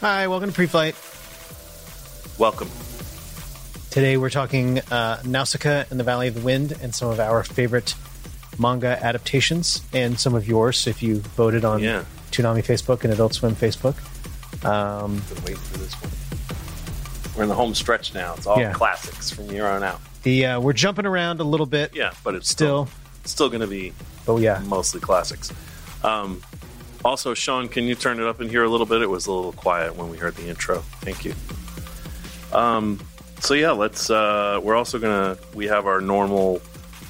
Hi, welcome to Pre-Flight. Welcome. Today we're talking uh, Nausicaa and the Valley of the Wind and some of our favorite manga adaptations and some of yours if you voted on Yeah. Toonami Facebook and Adult Swim Facebook. Um, Been waiting for this one. We're in the home stretch now. It's all Yeah. classics from here on out. The uh, We're jumping around a little bit Yeah, but it's still, it's still going to be but yeah. mostly classics. Um, also, Sean, can you turn it up in here a little bit? It was a little quiet when we heard the intro. Thank you. Um, so yeah, let's. Uh, we're also gonna. We have our normal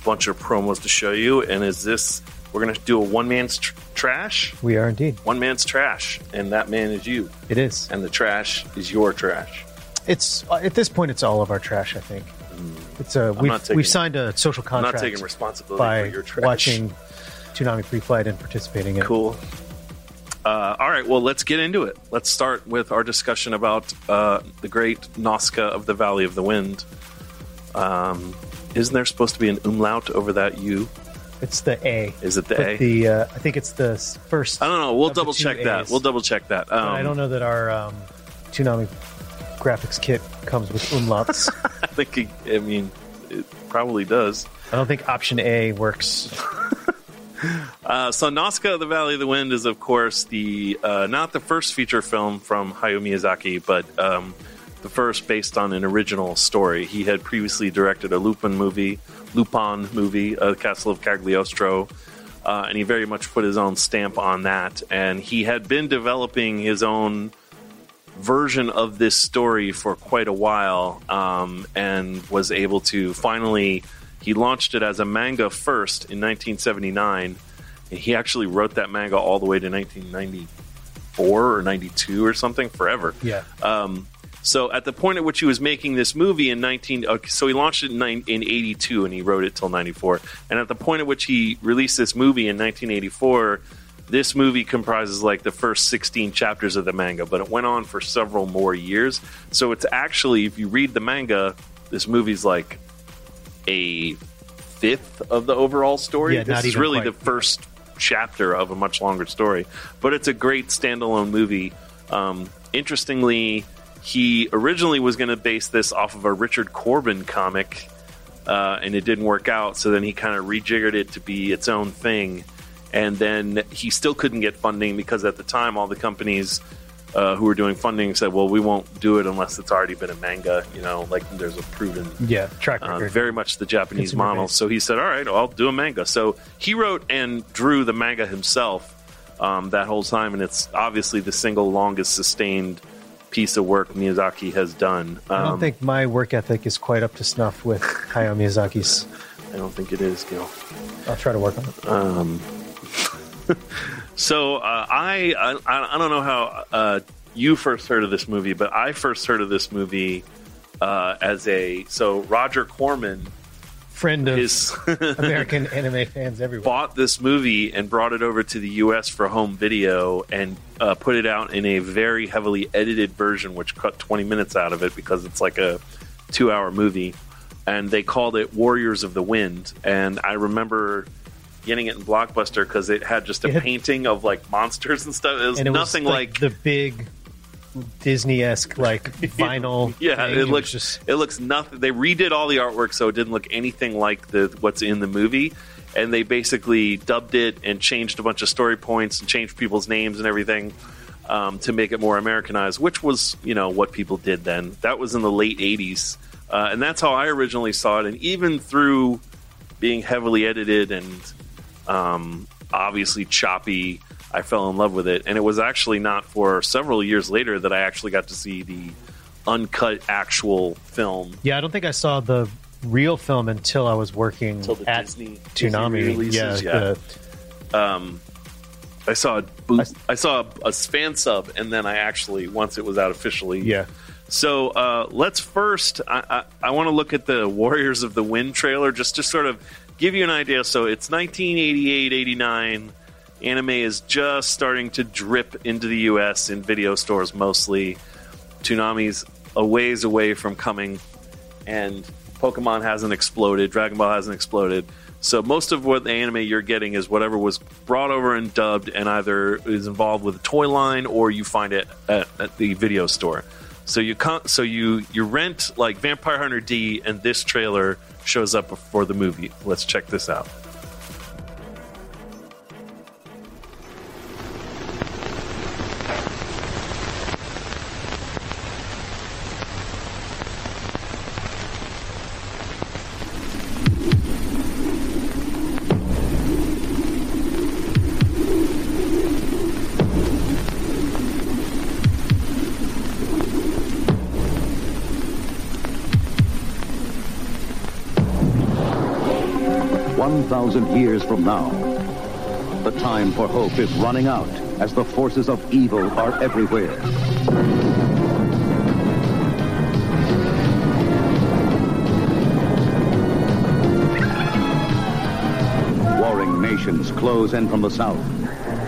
bunch of promos to show you, and is this? We're gonna do a one man's tr- trash. We are indeed. One man's trash, and that man is you, It is. and the trash is your trash. It's uh, at this point, it's all of our trash. I think it's a we've, Mm. not taking- we've signed a social I'm contract. not taking responsibility by for your trash. watching Toonami Pre-Flight and participating in. it. Cool. Uh, all right, well, let's get into it. Let's start with our discussion about uh, the great Nazca of the Valley of the Wind. Um, isn't there supposed to be an umlaut over that U? It's the A. Is it the But A? the uh, I think it's the s- first. I don't know. We'll Of the double check two that. As. We'll double check that. But Um, I don't know that our um, Toonami graphics kit comes with umlauts. I think, it, I mean, it probably does. I don't think option A works. Uh, so, Nazca of the Valley of the Wind is, of course, the uh, not the first feature film from Hayao Miyazaki, but um, the first based on an original story. He had previously directed a Lupin movie, Lupin movie, uh, Castle of Cagliostro, uh, and he very much put his own stamp on that. And he had been developing his own version of this story for quite a while um, and was able to finally he launched it as a manga first in 1979 and he actually wrote that manga all the way to 1994 or 92 or something forever Yeah. um, so at the point at which he was making this movie in 19, okay, so he launched it in, nine, in 82 and he wrote it till 94. And at the point at which he released this movie in 1984, this movie comprises like the first 16 chapters of the manga, but it went on for several more years. So it's actually, if you read the manga, this movie's like a fifth of the overall story. Yeah, this not is even really quite. the first chapter of a much longer story, but it's a great standalone movie. Um, interestingly, he originally was going to base this off of a Richard Corbin comic, uh, and it didn't work out. So then he kind of rejiggered it to be its own thing, and then he still couldn't get funding because at the time all the companies. Uh, who were doing funding said, "Well, we won't do it unless it's already been a manga. You know, like there's a proven Yeah, track uh, record. very much the Japanese Consumer model. base. So he said, "All right, I'll do a manga." So he wrote and drew the manga himself um, that whole time, and it's obviously the single longest sustained piece of work Miyazaki has done. Um, I don't think my work ethic is quite up to snuff with Hayao Miyazaki's. I don't think it is Gil. Um, I'll try to work on it. So uh, I, I I don't know how uh, you first heard of this movie, but I first heard of this movie uh, as a so Roger Corman Friend of is. American anime fans everywhere. bought this movie and brought it over to the U.S. for home video and uh, put it out in a very heavily edited version, which cut 20 minutes out of it because it's like a two-hour movie. And they called it Warriors of the Wind. And I remember getting it in Blockbuster because it had just a It had- painting of like monsters and stuff. It was and it nothing was like, the big Disney esque like vinyl. yeah. thing. It looks was just it looks nothing. They redid all the artwork so it didn't look anything like the what's in the movie, and they basically dubbed it and changed a bunch of story points and changed people's names and everything um, to make it more Americanized, which was you know what people did then. That was in the late '80s, uh, and that's how I originally saw it. And even through being heavily edited and um, obviously choppy. I fell in love with it, and it was actually not for several years later that I actually got to see the uncut actual film. Yeah, I don't think I saw the real film until I was working Till the at Disney- Toonami. Disney releases, yeah, yeah. Um, the- I saw a boot, I saw a, a fan sub, and then I actually once it was out officially. yeah. So uh, let's first. I, I, I want to look at the Warriors of the Wind trailer just to sort of give you an idea. So it's 1988, 89. Anime is just starting to drip into the U.S. in video stores mostly. Toonami's a ways away from coming, and Pokemon hasn't exploded. Dragon Ball hasn't exploded. So most of what the anime you're getting is whatever was brought over and dubbed, and either is involved with a toy line or you find it at, at the video store. So you con- so you you rent like Vampire Hunter D, and this trailer shows up before the movie. Let's check this out. One thousand years from now, the time for hope is running out as the forces of evil are everywhere. Warring nations close in from the south,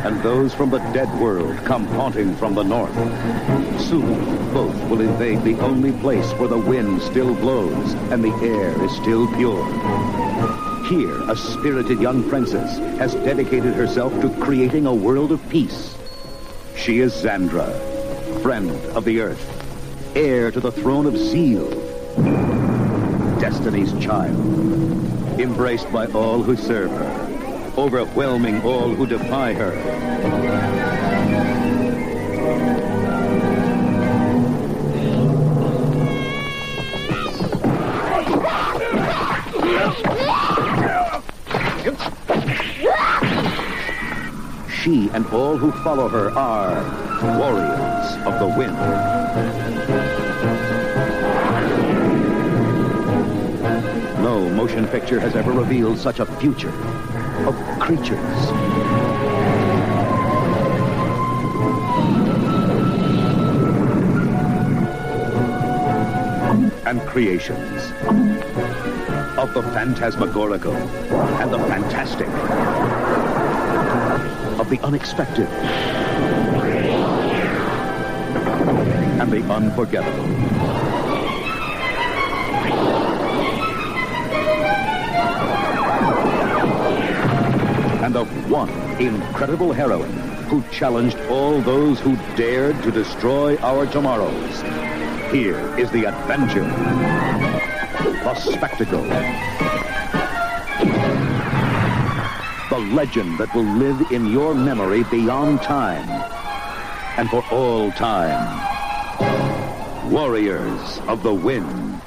and those from the dead world come haunting from the north. Soon, both will invade the only place where the wind still blows and the air is still pure. Here, a spirited young princess has dedicated herself to creating a world of peace. She is Zandra, friend of the earth, heir to the throne of Zeal, destiny's child, embraced by all who serve her, overwhelming all who defy her. She and all who follow her are warriors of the wind. No motion picture has ever revealed such a future of creatures. And creations of the phantasmagorical and the fantastic, of the unexpected and the unforgettable. and of one incredible heroine who challenged all those who dared to destroy our tomorrows. Here is the adventure, the spectacle, the legend that will live in your memory beyond time and for all time. Warriors of the Wind.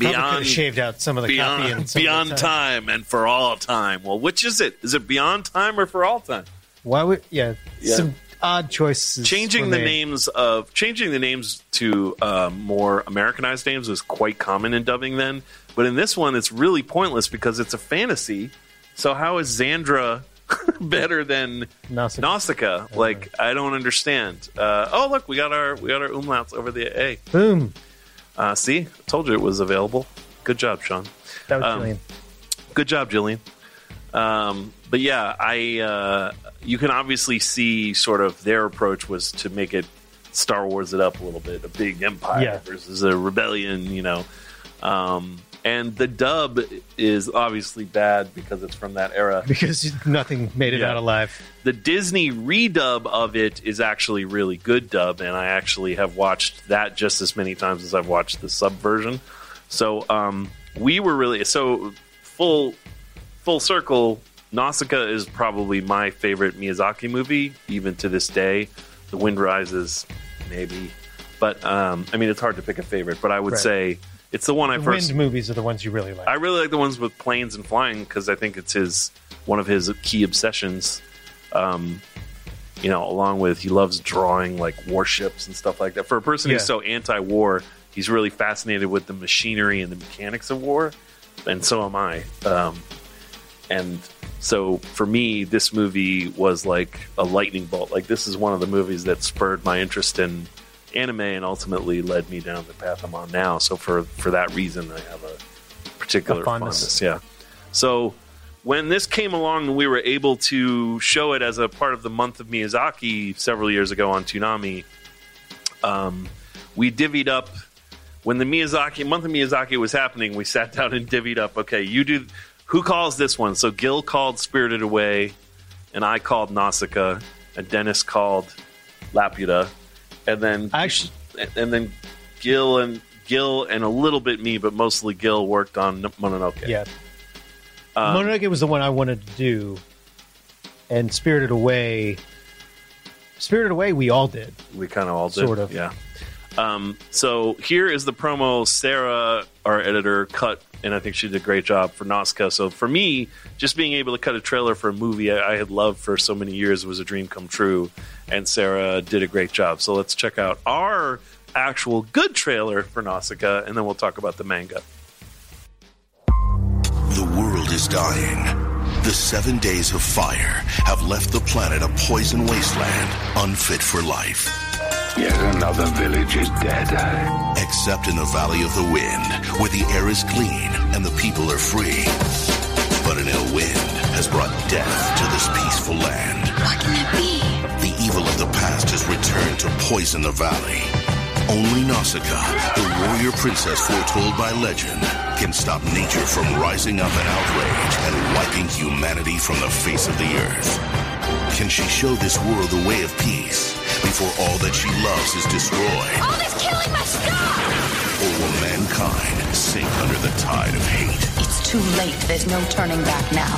Probably could've shaved out some of the beyond, copy and some of the beyond time. and for all time. Well, which is it? Is it beyond time or for all time? Why would yeah, Yeah. some odd choices? Changing were the made. names of changing the names to uh, more Americanized names was quite common in dubbing then, but in this one, it's really pointless because it's a fantasy. So how is Xandra better than Nausicaa. Nausicaa? Like I don't understand. Uh, oh look, we got our we got our umlauts over the a. Boom. Uh, see, told you it was available. Good job, Sean. That was Um, brilliant. Good job, Jillian. Um, but yeah, I uh, you can obviously see sort of their approach was to make it Star Wars it up a little bit, a big empire Yeah. versus a rebellion, you know. Um, and the dub is obviously bad because it's from that era. Because nothing made it Yeah. out alive. The Disney redub of it is actually really good dub, and I actually have watched that just as many times as I've watched the sub version. So um, we were really so full full circle. Nausicaa is probably my favorite Miyazaki movie, even to this day. The Wind Rises, maybe, but um, I mean it's hard to pick a favorite. But I would Right. say It's the one I The first. Wind movies are the ones you really like. I really like the ones with planes and flying because I think it's his one of his key obsessions. Um, you know, along with he loves drawing like warships and stuff like that. For a person Yeah. who's so anti-war, he's really fascinated with the machinery and the mechanics of war, and so am I. Um, and so for me, this movie was like a lightning bolt. Like this is one of the movies that spurred my interest in anime and ultimately led me down the path I'm on now. So for for that reason, I have a particular A fondness. fondness. Yeah. So when this came along and we were able to show it as a part of the month of Miyazaki several years ago on Toonami, um, we divvied up when the Miyazaki month of Miyazaki was happening, we sat down and divvied up. Okay, you do. Who calls this one? So Gil called Spirited Away, and I called Nausicaa, and Dennis called Laputa, and then I actually, and then Gil and Gil and a little bit me, but mostly Gil worked on Mononoke. yeah. Um, Mononoke was the one I wanted to do, and Spirited Away. Spirited Away, we all did. we kind of all did. Sort of. Yeah. Um, so here is the promo Sarah, our editor, cut, and I think she did a great job for Nazca. So for me, just being able to cut a trailer for a movie I, I had loved for so many years was a dream come true, and Sarah did a great job. So let's check out our actual good trailer for Nausicaa, and then we'll talk about the manga. The world is dying. The seven days of fire have left the planet a poison wasteland, unfit for life. Yet another village is dead. Except in the Valley of the Wind, where the air is clean and the people are free. But an ill wind has brought death to this peaceful land. What can it be? The evil of the past has returned to poison the valley. Only Nausicaa, the warrior princess foretold by legend, can stop nature from rising up in outrage and wiping humanity from the face of the earth. Can she show this world the way of peace before all that she loves is destroyed? All this killing must stop! Or will mankind sink under the tide of hate? It's too late. There's no turning back now.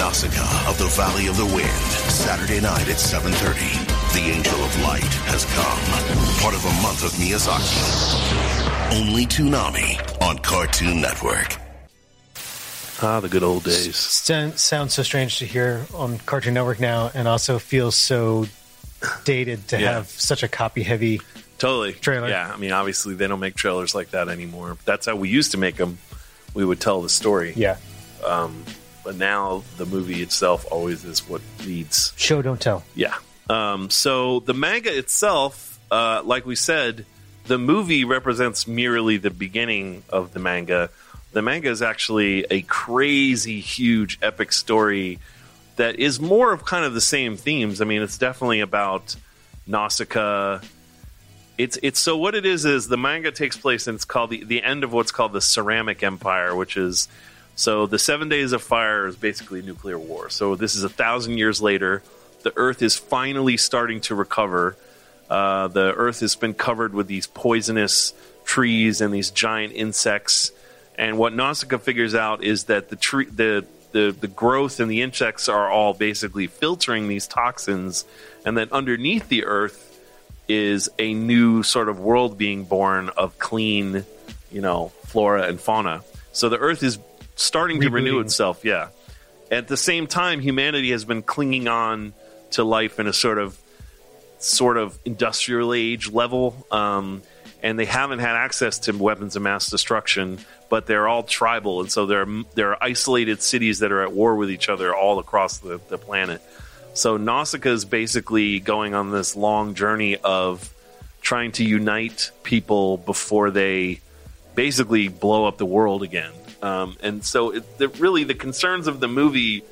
Nausicaa of the Valley of the Wind, Saturday night at 7.30. The Angel of Light has come. Part of a month of Miyazaki. Only Toonami on Cartoon Network. Ah, the good old days. Sound, sounds so strange to hear on Cartoon Network now, and also feels so dated to Yeah. have such a copy heavy. Totally. Trailer. Yeah. I mean, obviously, they don't make trailers like that anymore. That's how we used to make them. We would tell the story. Um, Yeah. But now the movie itself always is what leads. Show, don't tell. Yeah. Um, so the manga itself, uh, like we said, the movie represents merely the beginning of the manga. The manga is actually a crazy, huge, epic story that is more of kind of the same themes. I mean, it's definitely about Nausicaa. It's it's so what it is is the manga takes place and it's called the, the end of what's called the Ceramic Empire, which is so the Seven Days of Fire is basically nuclear war. So this is a thousand years later. The Earth is finally starting to recover. Uh, the Earth has been covered with these poisonous trees and these giant insects. And what Nausicaa figures out is that the tree, the the, the growth and the insects are all basically filtering these toxins, and that underneath the earth is a new sort of world being born of clean, you know, flora and fauna. So the earth is starting to renew Rebooting. itself, yeah. At the same time, humanity has been clinging on to life in a sort of sort of industrial age level, um, and they haven't had access to weapons of mass destruction. But they're all tribal, and so there are, there are isolated cities that are at war with each other all across the, the planet. So Nausicaa is basically going on this long journey of trying to unite people before they basically blow up the world again. Um, and so, it, the, really, the concerns of the movie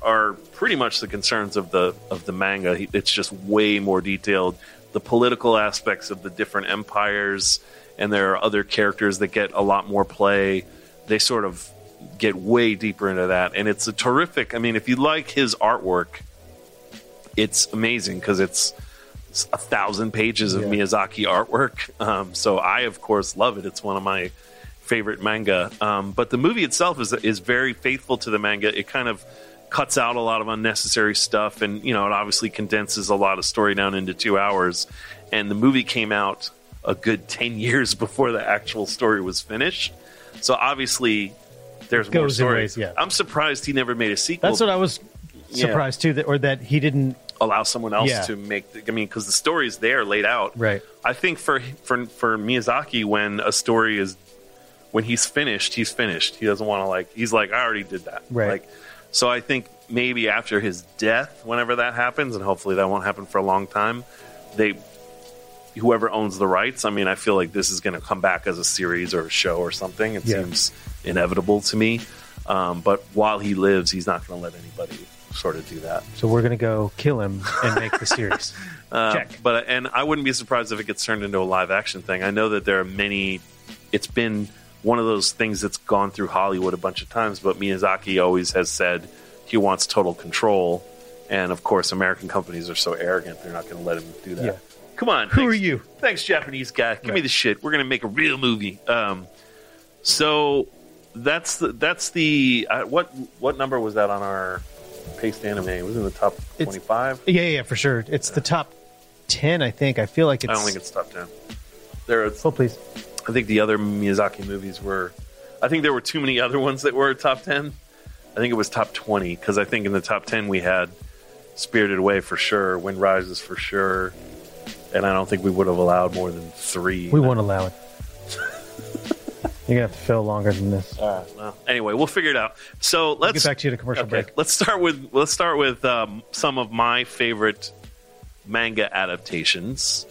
are pretty much the concerns of the of the manga. He- It's just way more detailed. The political aspects of the different empires, and there are other characters that get a lot more play. They sort of get way deeper into that, and it's a terrific. I mean, if you like his artwork, it's amazing because it's it's a thousand pages of Miyazaki artwork. Um, so I, of course, love it. It's one of my favorite manga. Um, but the movie itself is is very faithful to the manga. It kind of cuts out a lot of unnecessary stuff, and you know, it obviously condenses a lot of story down into two hours. And the movie came out a good 10 years before the actual story was finished. So obviously, there's more Goes in stories. ways, yeah. I'm surprised he never made a sequel. That's what I was Yeah. surprised too, that or that he didn't. allow someone else Yeah. to make. The, I mean, because the story's there laid out. Right. I think for for for Miyazaki, when a story is when he's finished, he's finished. He doesn't want to like. He's like, I already did that. Right. Like, so I think maybe after his death, whenever that happens, and hopefully that won't happen for a long time, they whoever owns the rights. I mean, I feel like this is going to come back as a series or a show or something. It Yeah. seems inevitable to me. Um, but while he lives, he's not going to let anybody sort of do that. So we're gonna go kill him and make the series. Uh, Check. But and I wouldn't be surprised if it gets turned into a live action thing. I know that there are many. It's been one of those things that's gone through Hollywood a bunch of times, but Miyazaki always has said he wants total control. And of course, American companies are so arrogant; they're not going to let him do that. Yeah. Come on, Who thanks- are you? Thanks, Japanese guy. Give me the shit. We're going to make a real movie. Um, so that's the that's the uh, what what number was that on our paste anime? It was in the top It's- twenty five. Yeah, yeah, for sure. It's the top ten, I think. I feel like it's. I don't think it's top ten. There, are, Oh, please. I think the other Miyazaki movies were. I think there were too many other ones that were top ten. I think it was top twenty because I think in the top ten we had Spirited Away for sure, Wind Rises for sure, and I don't think we would have allowed more than three. We won't allow it. You're gonna have to fill longer than this. Uh, well, anyway, we'll figure it out. So let's get back to you at a commercial break. Let's start with let's start with um, some of my favorite manga adaptations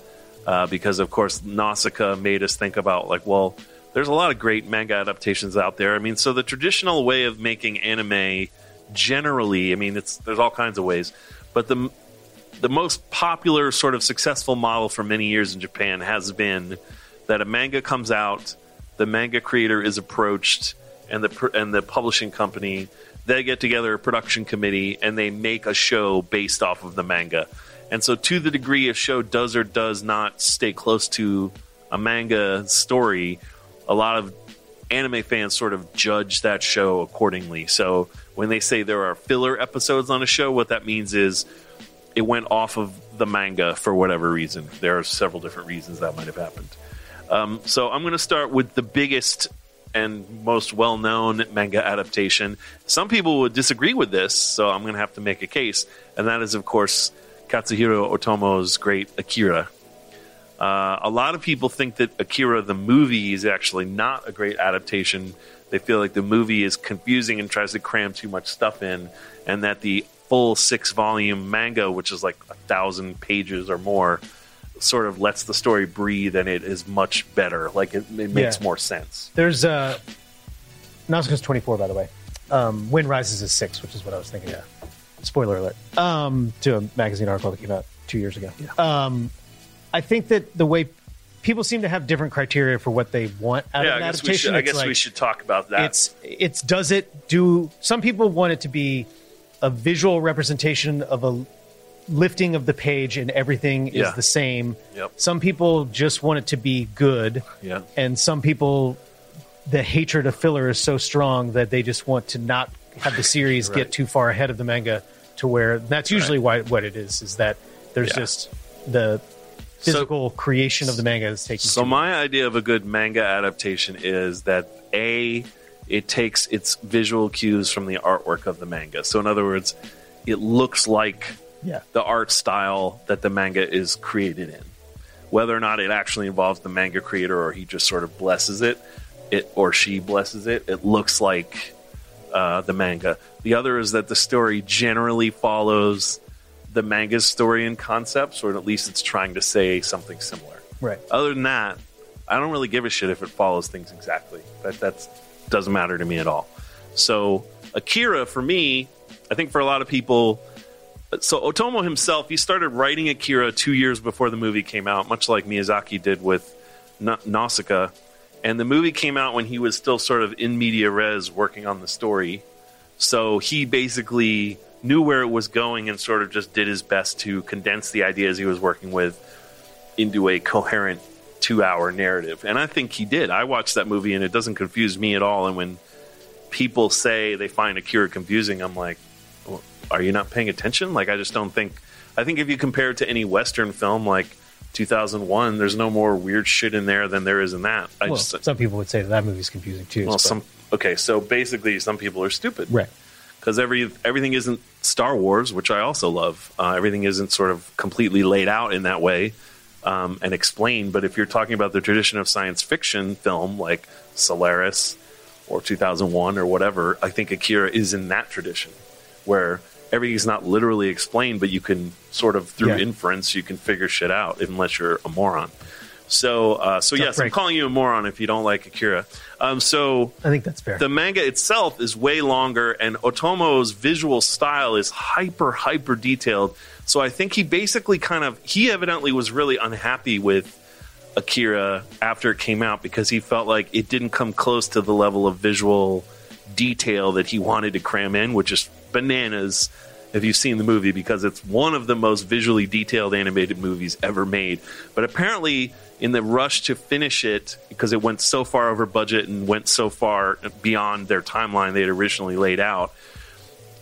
uh, because, of course, Nausicaa made us think about like, well, there's a lot of great manga adaptations out there. I mean, so the traditional way of making anime, generally, I mean, it's there's all kinds of ways, but the the most popular sort of successful model for many years in Japan has been that a manga comes out, the manga creator is approached, and the pr- and the publishing company they get together a production committee and they make a show based off of the manga. And so, to the degree a show does or does not stay close to a manga story, a lot of anime fans sort of judge that show accordingly. So, when they say there are filler episodes on a show, what that means is it went off of the manga for whatever reason. There are several different reasons that might have happened. Um, so I'm going to start with the biggest and most well known manga adaptation. Some people would disagree with this, so I'm going to have to make a case. And that is, of course, Katsuhiro Otomo's great Akira. Uh, a lot of people think that Akira, the movie, is actually not a great adaptation. They feel like the movie is confusing and tries to cram too much stuff in, and that the full six volume manga, which is like a thousand pages or more, sort of lets the story breathe and it is much better. Like it, it makes Yeah. more sense. There's uh, Nausicaa's 24, by the way. Um, Wind Rises is six, which is what I was thinking. Spoiler alert. Um, to a magazine article that came out two years ago. Um, I think that the way people seem to have different criteria for what they want out Yeah, of an I guess, we adaptation. should, I It's guess we like- should talk about that. it's it's does it do some people want it to be a visual representation of a lifting of the page and everything Yeah. is the same Yep. some people just want it to be good Yeah. and some people the hatred of filler is so strong that they just want to not have the series Right. get too far ahead of the manga to where that's usually why what it is is that there's Yeah. just the physical creation of the manga is taking So too my idea of a good manga adaptation is that a it takes its visual cues from the artwork of the manga. So in other words, it looks like Yeah. the art style that the manga is created in. Whether or not it actually involves the manga creator or he just sort of blesses it, it or she blesses it, it looks like uh, the manga. The other is that the story generally follows the manga's story and concepts, or at least it's trying to say something similar right other than that, I don't really give a shit if it follows things exactly. That that's doesn't matter to me at all. So Akira for me, I think for a lot of people, so Otomo himself, he started writing Akira two years before the movie came out, much like Miyazaki did with Na- Nausicaa. And the movie came out when he was still sort of in media res working on the story. So he basically knew where it was going and sort of just did his best to condense the ideas he was working with into a coherent two hour narrative. And I think he did. I watched that movie and it doesn't confuse me at all. And when people say they find Akira confusing, I'm like, well, are you not paying attention? Like, I just don't think. I think if you compare it to any Western film, like 2001. There's no more weird shit in there than there is in that. I Well, just some people would say that, that movie's confusing too. well but- some okay. So basically, some people are stupid, right. Because every everything isn't Star Wars, which I also love. Uh, everything isn't sort of completely laid out in that way um, and explained. But if you're talking about the tradition of science fiction film, like Solaris or 2001 or whatever, I think Akira is in that tradition where everything's not literally explained, but you can sort of through Yeah. inference you can figure shit out unless you're a moron. So, uh, so Tough yes, I'm break. calling you a moron if you don't like Akira. Um, so, I think that's fair. the manga itself is way longer, and Otomo's visual style is hyper, hyper detailed. So I think he basically kind of he evidently was really unhappy with Akira after it came out because he felt like it didn't come close to the level of visual detail that he wanted to cram in, which is bananas if you've seen the movie because it's one of the most visually detailed animated movies ever made. But apparently, in the rush to finish it, because it went so far over budget and went so far beyond their timeline they had originally laid out,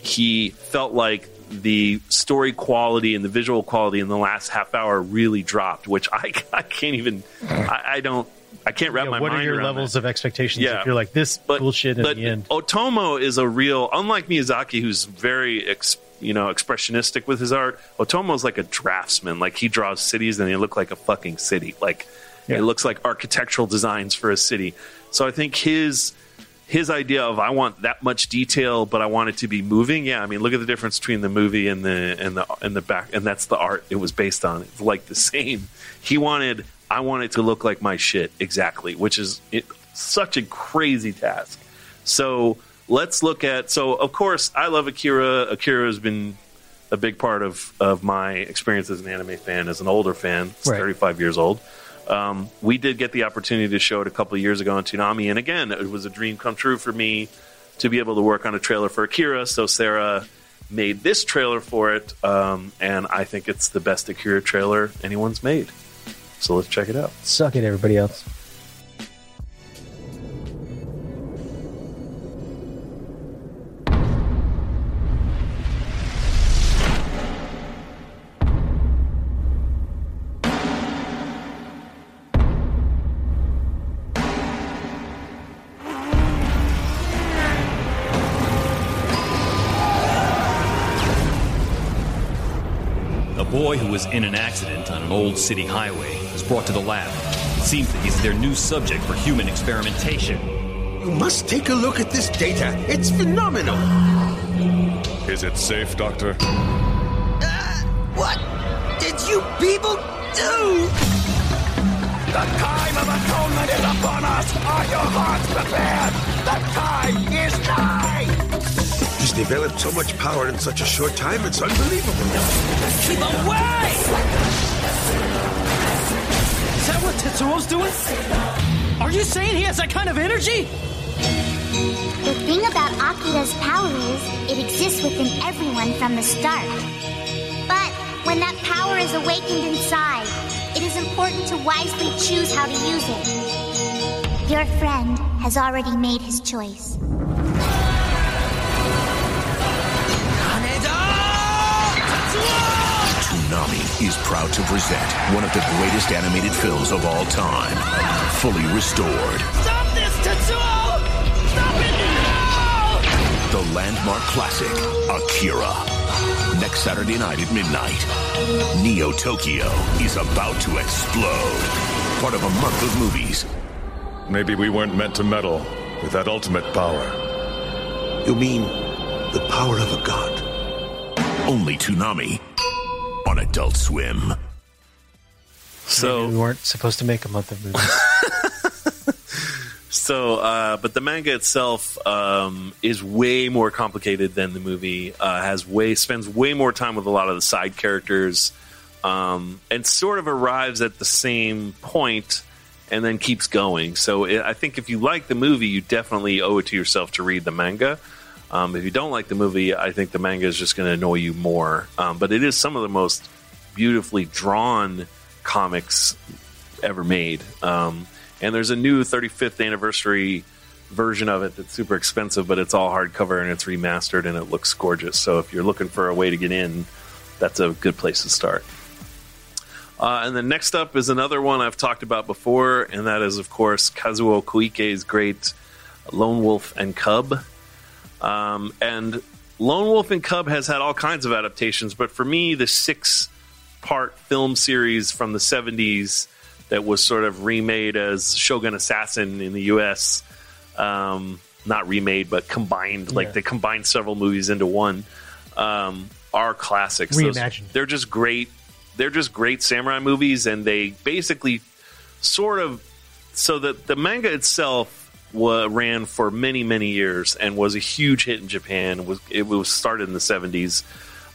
he felt like the story quality and the visual quality in the last half hour really dropped, which I, I can't even, I, I don't, I can't wrap Yeah, my what mind are your around levels that of expectations Yeah. if you're like this bullshit in but the end? Otomo is a real, unlike Miyazaki, who's very ex, you know expressionistic with his art. Otomo's like a draftsman; like he draws cities and they look like a fucking city. Like Yeah. it looks like architectural designs for a city. So I think his his idea of I want that much detail, but I want it to be moving. Yeah, I mean, look at the difference between the movie and the and the and the back, and that's the art it was based on. It's like the same. He wanted I want it to look like my shit exactly, which is it, such a crazy task. So let's look at. So of course, I love Akira. Akira has been a big part of of my experience as an anime fan, as an older fan. It's Right. 35 years old. Um, we did get the opportunity to show it a couple of years ago on Toonami, and again, it was a dream come true for me to be able to work on a trailer for Akira. So Sarah made this trailer for it, um, and I think it's the best Akira trailer anyone's made. So let's check it out. Suck it, everybody else. A boy who was in an accident on an old city highway is brought to the lab. It seems that he's their new subject for human experimentation. You must take a look at this data. It's phenomenal. Is it safe, Doctor? Uh, What did you people do? The time of atonement is upon us. Are your hearts prepared? The time is nigh. He's developed so much power in such a short time, it's unbelievable. Keep away! Is that what Tetsuo's doing? Are you saying he has that kind of energy? The thing about Akira's power is it exists within everyone from the start. But when that power is awakened inside, it is important to wisely choose how to use it. Your friend has already made his choice. Toonami is proud to present one of the greatest animated films of all time, fully restored. Stop this, Tetsuo! Stop it now! The landmark classic, Akira. Next Saturday night at midnight, Neo Tokyo is about to explode. Part of a month of movies. Maybe we weren't meant to meddle with that ultimate power. You mean the power of a god? Only Toonami on Adult Swim. So Maybe we weren't supposed to make a month of movies. So, uh, but the manga itself um, is way more complicated than the movie. Uh, has way spends way more time with a lot of the side characters, um, and sort of arrives at the same point, and then keeps going. So, it, I think if you like the movie, you definitely owe it to yourself to read the manga. Um, if you don't like the movie, I think the manga is just going to annoy you more. Um, but it is some of the most beautifully drawn comics ever made. Um, and there's a new 35th anniversary version of it that's super expensive, but it's all hardcover and it's remastered and it looks gorgeous. So if you're looking for a way to get in, that's a good place to start. Uh, and then next up is another one I've talked about before, and that is, of course, Kazuo Koike's great Lone Wolf and Cub. Um, and Lone Wolf and Cub has had all kinds of adaptations, but for me, the six part film series from the 70s that was sort of remade as Shogun Assassin in the US, um, not remade, but combined, like Yeah. they combined several movies into one, um, are classics. Those- Reimagined. they're just great. They're just great samurai movies, and they basically sort of so that the manga itself wa ran for many many years and was a huge hit in Japan. Was it was started in the seventies,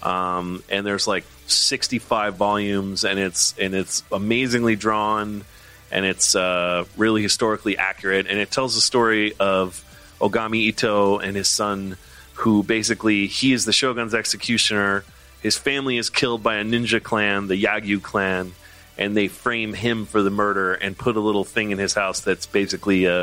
um, and there's like sixty five volumes, and it's and it's amazingly drawn, and it's uh, really historically accurate, and it tells the story of Ogami Ito and his son, who basically he is the shogun's executioner. His family is killed by a ninja clan, the Yagyu clan, and they frame him for the murder and put a little thing in his house that's basically a,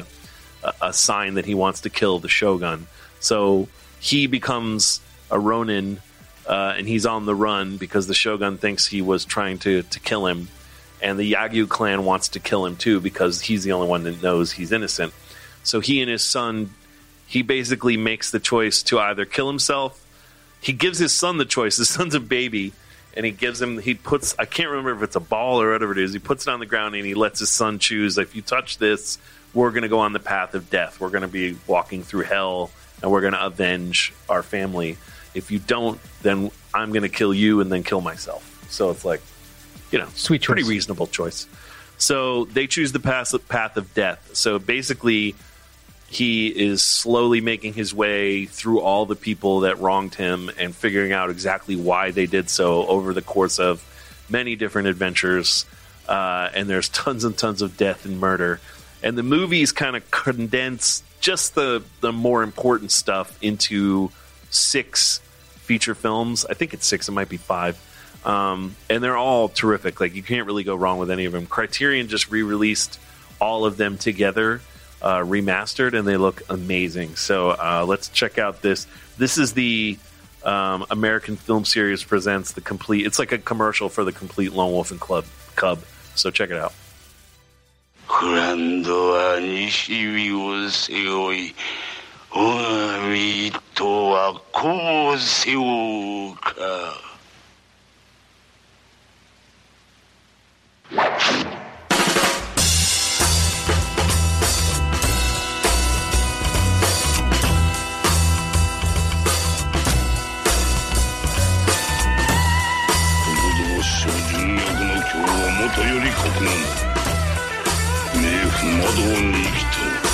a, a sign that he wants to kill the shogun. So he becomes a ronin, uh, and he's on the run because the shogun thinks he was trying to, to kill him, and the Yagyu clan wants to kill him too because he's the only one that knows he's innocent. So he and his son, he basically makes the choice to either kill himself he gives his son the choice. His son's a baby, and he gives him. He puts. I can't remember if it's a ball or whatever it is. He puts it on the ground and he lets his son choose. If you touch this, we're going to go on the path of death. We're going to be walking through hell, and we're going to avenge our family. If you don't, then I'm going to kill you and then kill myself. So it's like, you know, Sweet choice. pretty reasonable choice. So they choose the path path of death. So basically, he is slowly making his way through all the people that wronged him and figuring out exactly why they did so over the course of many different adventures. Uh, and there's tons and tons of death and murder. And the movies kind of condense just the, the more important stuff into six feature films. I think it's six, it might be five. Um, and they're all terrific. Like, you can't really go wrong with any of them. Criterion just re released all of them together, uh, remastered, and they look amazing. So uh, let's check out this. This is the um, American Film Series presents the complete. It's like a commercial for the complete Lone Wolf and Club Cub. So check it out. グランドは西日を背負い、海とはこう背負うか。ほどの諸純脈の今日はもとより国難冥府魔道に来た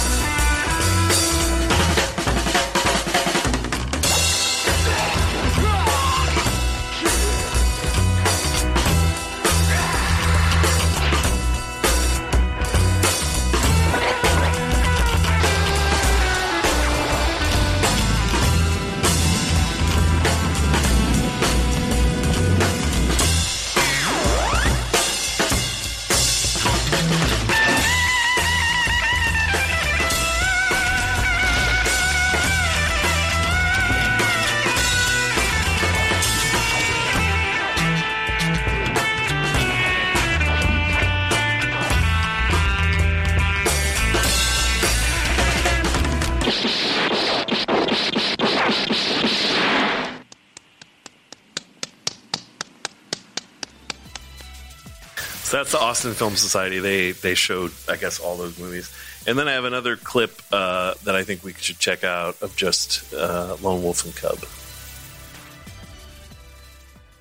So that's the Austin Film Society. They they showed, I guess, all those movies. And then I have another clip uh, that I think we should check out of just uh, Lone Wolf and Cub.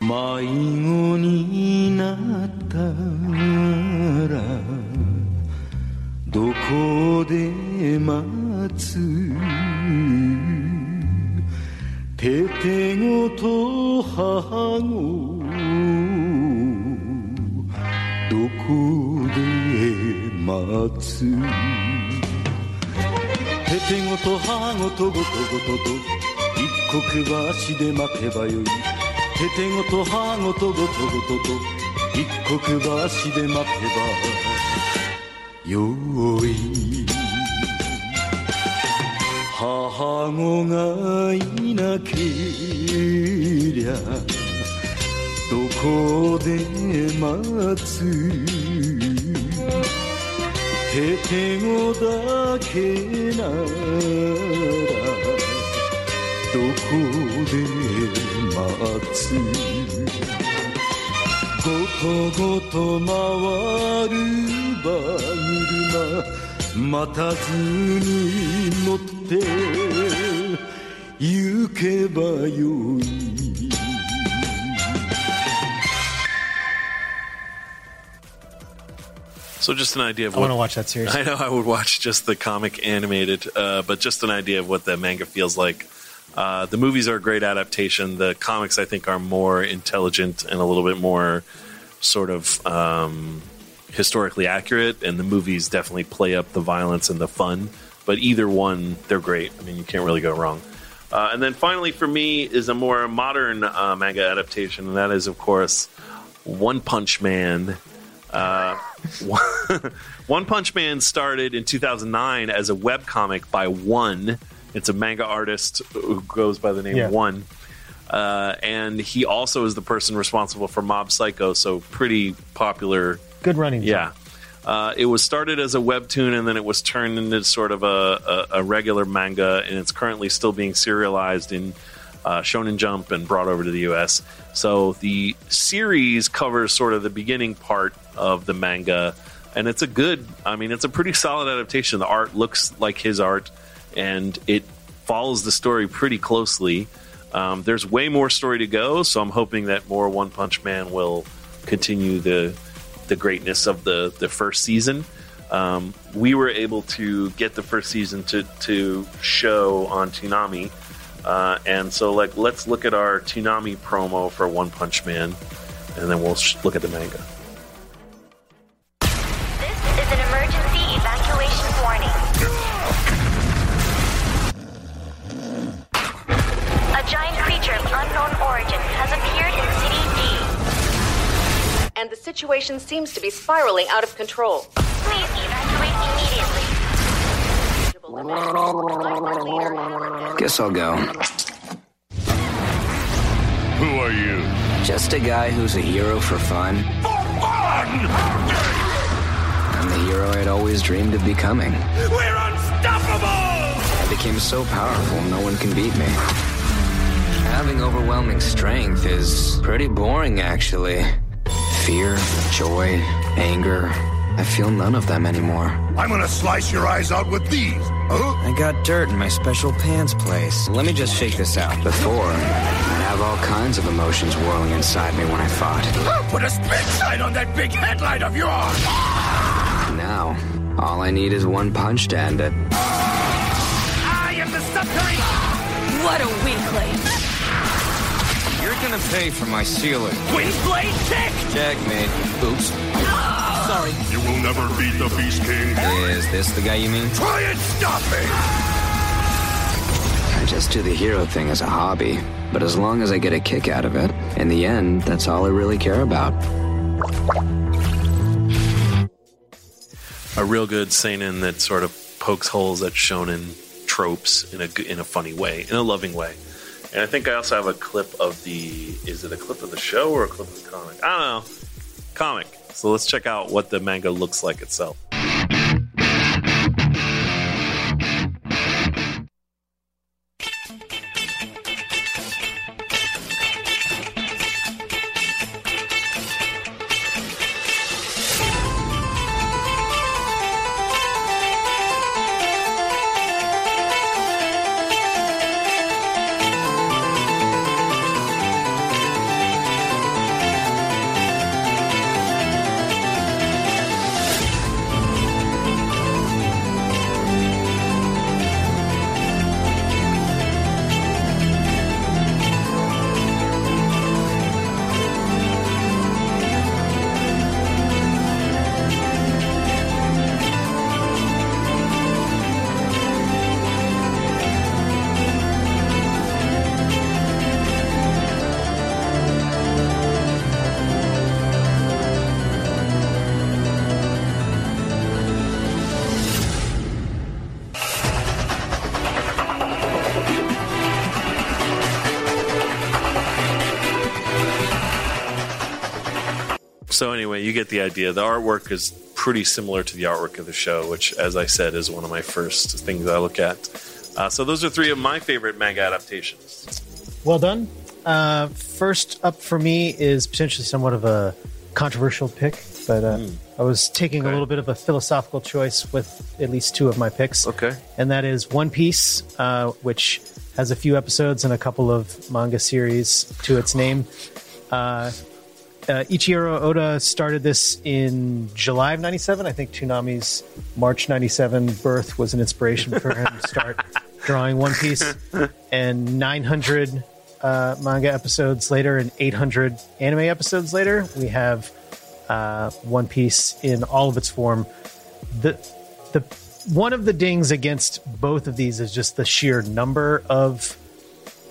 迷子になったらどこで待つ手手ごと母ごどこで待つ手手ごと母ごとごとごとと一刻は足で待てばよい手手ごと歯ごとごとごとと一刻ばしで待てばよい母子がいなけりゃそこで待つヘテ語だけならどこで待つごとごと回るバグルマ待たずに乗って行けばよい So just an idea of I what wanna watch that series. I know I would watch just the comic animated, uh, but just an idea of what the manga feels like. Uh, the movies are a great adaptation. The comics, I think, are more intelligent and a little bit more sort of um, historically accurate. And the movies definitely play up the violence and the fun. But either one, they're great. I mean, you can't really go wrong. Uh, and then finally, for me, is a more modern uh, manga adaptation, and that is, of course, One Punch Man. Uh, One Punch Man started in 2009 as a webcomic by One. It's a manga artist who goes by the name Yeah. One. Uh, and he also is the person responsible for Mob Psycho, so pretty popular Good running. yeah. Uh, it was started as a webtoon and then it was turned into sort of a, a, a regular manga, and it's currently still being serialized in uh, Shonen Jump and brought over to the US. So the series covers sort of the beginning part of the manga, and it's a good, I mean, it's a pretty solid adaptation. The art looks like his art, and it follows the story pretty closely. Um, there's way more story to go, so I'm hoping that more One Punch Man will continue the the greatness of the the first season. Um, we were able to get the first season to to show on Toonami, uh, and so like let's look at our Toonami promo for One Punch Man, and then we'll sh- look at the manga. This is an emergency evacuation warning. A giant creature of unknown origin has appeared in City D. and the situation seems to be spiraling out of control. Please evacuate immediately. Guess I'll go. Who are you? Just a guy who's a hero for fun. I'm the hero I'd always dreamed of becoming. We're unstoppable! I became so powerful, no one can beat me. Having overwhelming strength is pretty boring, actually. Fear, joy, anger. I feel none of them anymore. I'm gonna slice your eyes out with these. I got dirt in my special pants place. Let me just shake this out. Before, I'd have all kinds of emotions whirling inside me when I fought. Put a spit sight on that big headlight of yours! Now, all I need is one punch to end it. I am the submarine! What a weakling! You're gonna pay for my sealer. Twin blade kick! Checkmate. Oops. Sorry. You will never beat the Beast King. Is this the guy you mean? Try and stop me! I just do the hero thing as a hobby, but as long as I get a kick out of it, in the end, that's all I really care about. A real good seinen that sort of pokes holes at shonen tropes in a g- in a funny way, in a loving way. And I think I also have a clip of the. Is it a clip of the show or a clip of the comic? I don't know. Comic. So let's check out what the manga looks like itself. So anyway, you get the idea. The artwork is pretty similar to the artwork of the show, which, as I said, is one of my first things I look at. Uh, so those are three of my favorite manga adaptations. Well done. Uh, first up for me is potentially somewhat of a controversial pick, but uh, I was taking a little bit of a philosophical choice with at least two of my picks. Okay. And that is One Piece, uh, which has a few episodes and a couple of manga series to its name. Uh, uh, Ichiro Oda started this in July of 97. I think Toonami's March 97 birth was an inspiration for him to start drawing One Piece. And 900 uh, manga episodes later and 800 anime episodes later, we have uh, One Piece in all of its form. The, the, one of the dings against both of these is just the sheer number of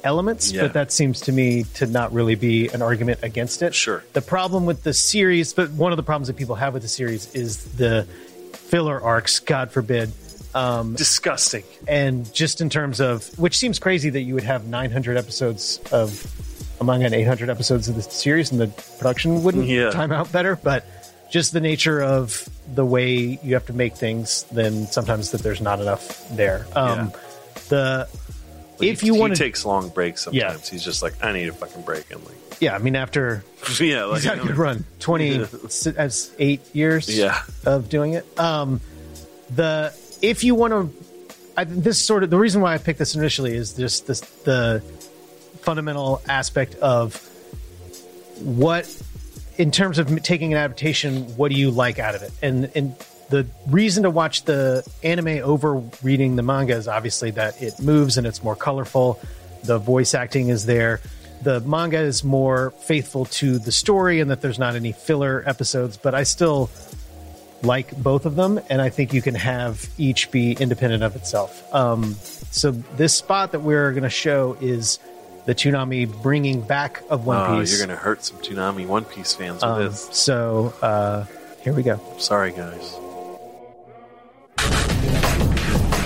elements, Yeah. but that seems to me to not really be an argument against it. Sure. The problem with the series, but one of the problems that people have with the series is the filler arcs, God forbid. Um, Disgusting. And just in terms of, which seems crazy that you would have 900 episodes of among an 800 episodes of the series and the production wouldn't Yeah. time out better, but just the nature of the way you have to make things, then sometimes that there's not enough there. Um, The if you he want to takes long breaks sometimes. He's just like, I need a fucking break. I'm like, Yeah, I mean, after yeah, like, he's had a I'm good like- run, twenty s- as eight years, Yeah. of doing it. Um, the if you want to, I, this sort of the reason why I picked this initially is just this the fundamental aspect of what in terms of m- taking an adaptation what do you like out of it and and the reason to watch the anime over reading the manga is obviously that it moves and it's more colorful the voice acting is there the manga is more faithful to the story and that there's not any filler episodes but i still like both of them, and I think you can have each be independent of itself. Um, so this spot that we're going to show is the Toonami bringing back of One oh, Piece. you're gonna hurt some Toonami One Piece fans Um, with this. so uh, here we go. Sorry, guys.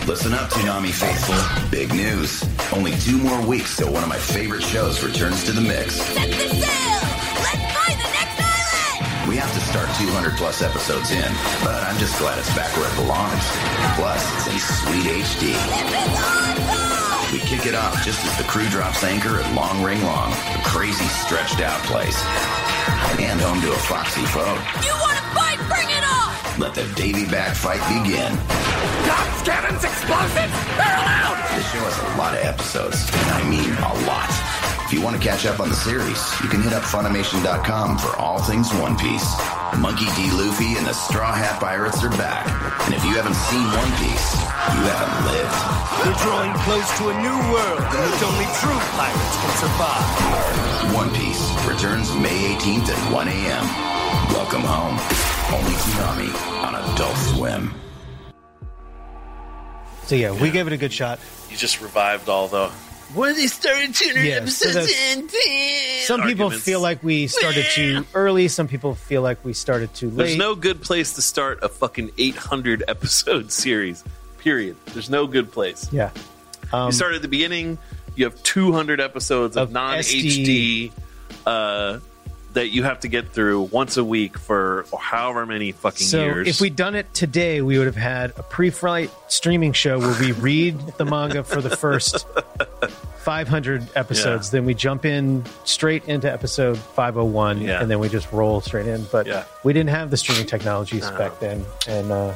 Listen up, Toonami faithful. Big news. Only two more weeks till one of my favorite shows returns to the mix. Set the sail! Let's find the next island! We have to start 200 plus episodes in, but I'm just glad it's back where it belongs. Plus, it's in sweet HD. We kick it off just as the crew drops anchor at Long Ring Long, a crazy stretched out place. And home to a foxy foe. You want to fight? Bring it on! Let the Davy back fight begin. Guns, cannons, explosives! They're allowed! This show has a lot of episodes, and I mean a lot. If you want to catch up on the series, you can hit up Funimation.com for all things One Piece. Monkey D. Luffy and the Straw Hat Pirates are back. And if you haven't seen One Piece, you haven't lived. We're drawing close to a new world in which only true pirates can survive. One Piece returns May 18th at 1 a.m. Welcome home. Only Tsunami on Adult Swim. So yeah, we gave it a good shot. You just revived all the. When they started tuning Yeah, so that's- Some people feel like we started too early. Some people feel like we started too late. There's no good place to start a fucking 800 episode series. Period. There's no good place. yeah. Um, you start at the beginning. You have 200 episodes of, non HD uh, that you have to get through once a week for however many fucking so years. if we'd done it today, we would have had a pre-flight streaming show where we read the manga for the first 500 episodes. Then we jump in straight into episode 501, Yeah. and then we just roll straight in. But Yeah. we didn't have the streaming technologies back then, and uh,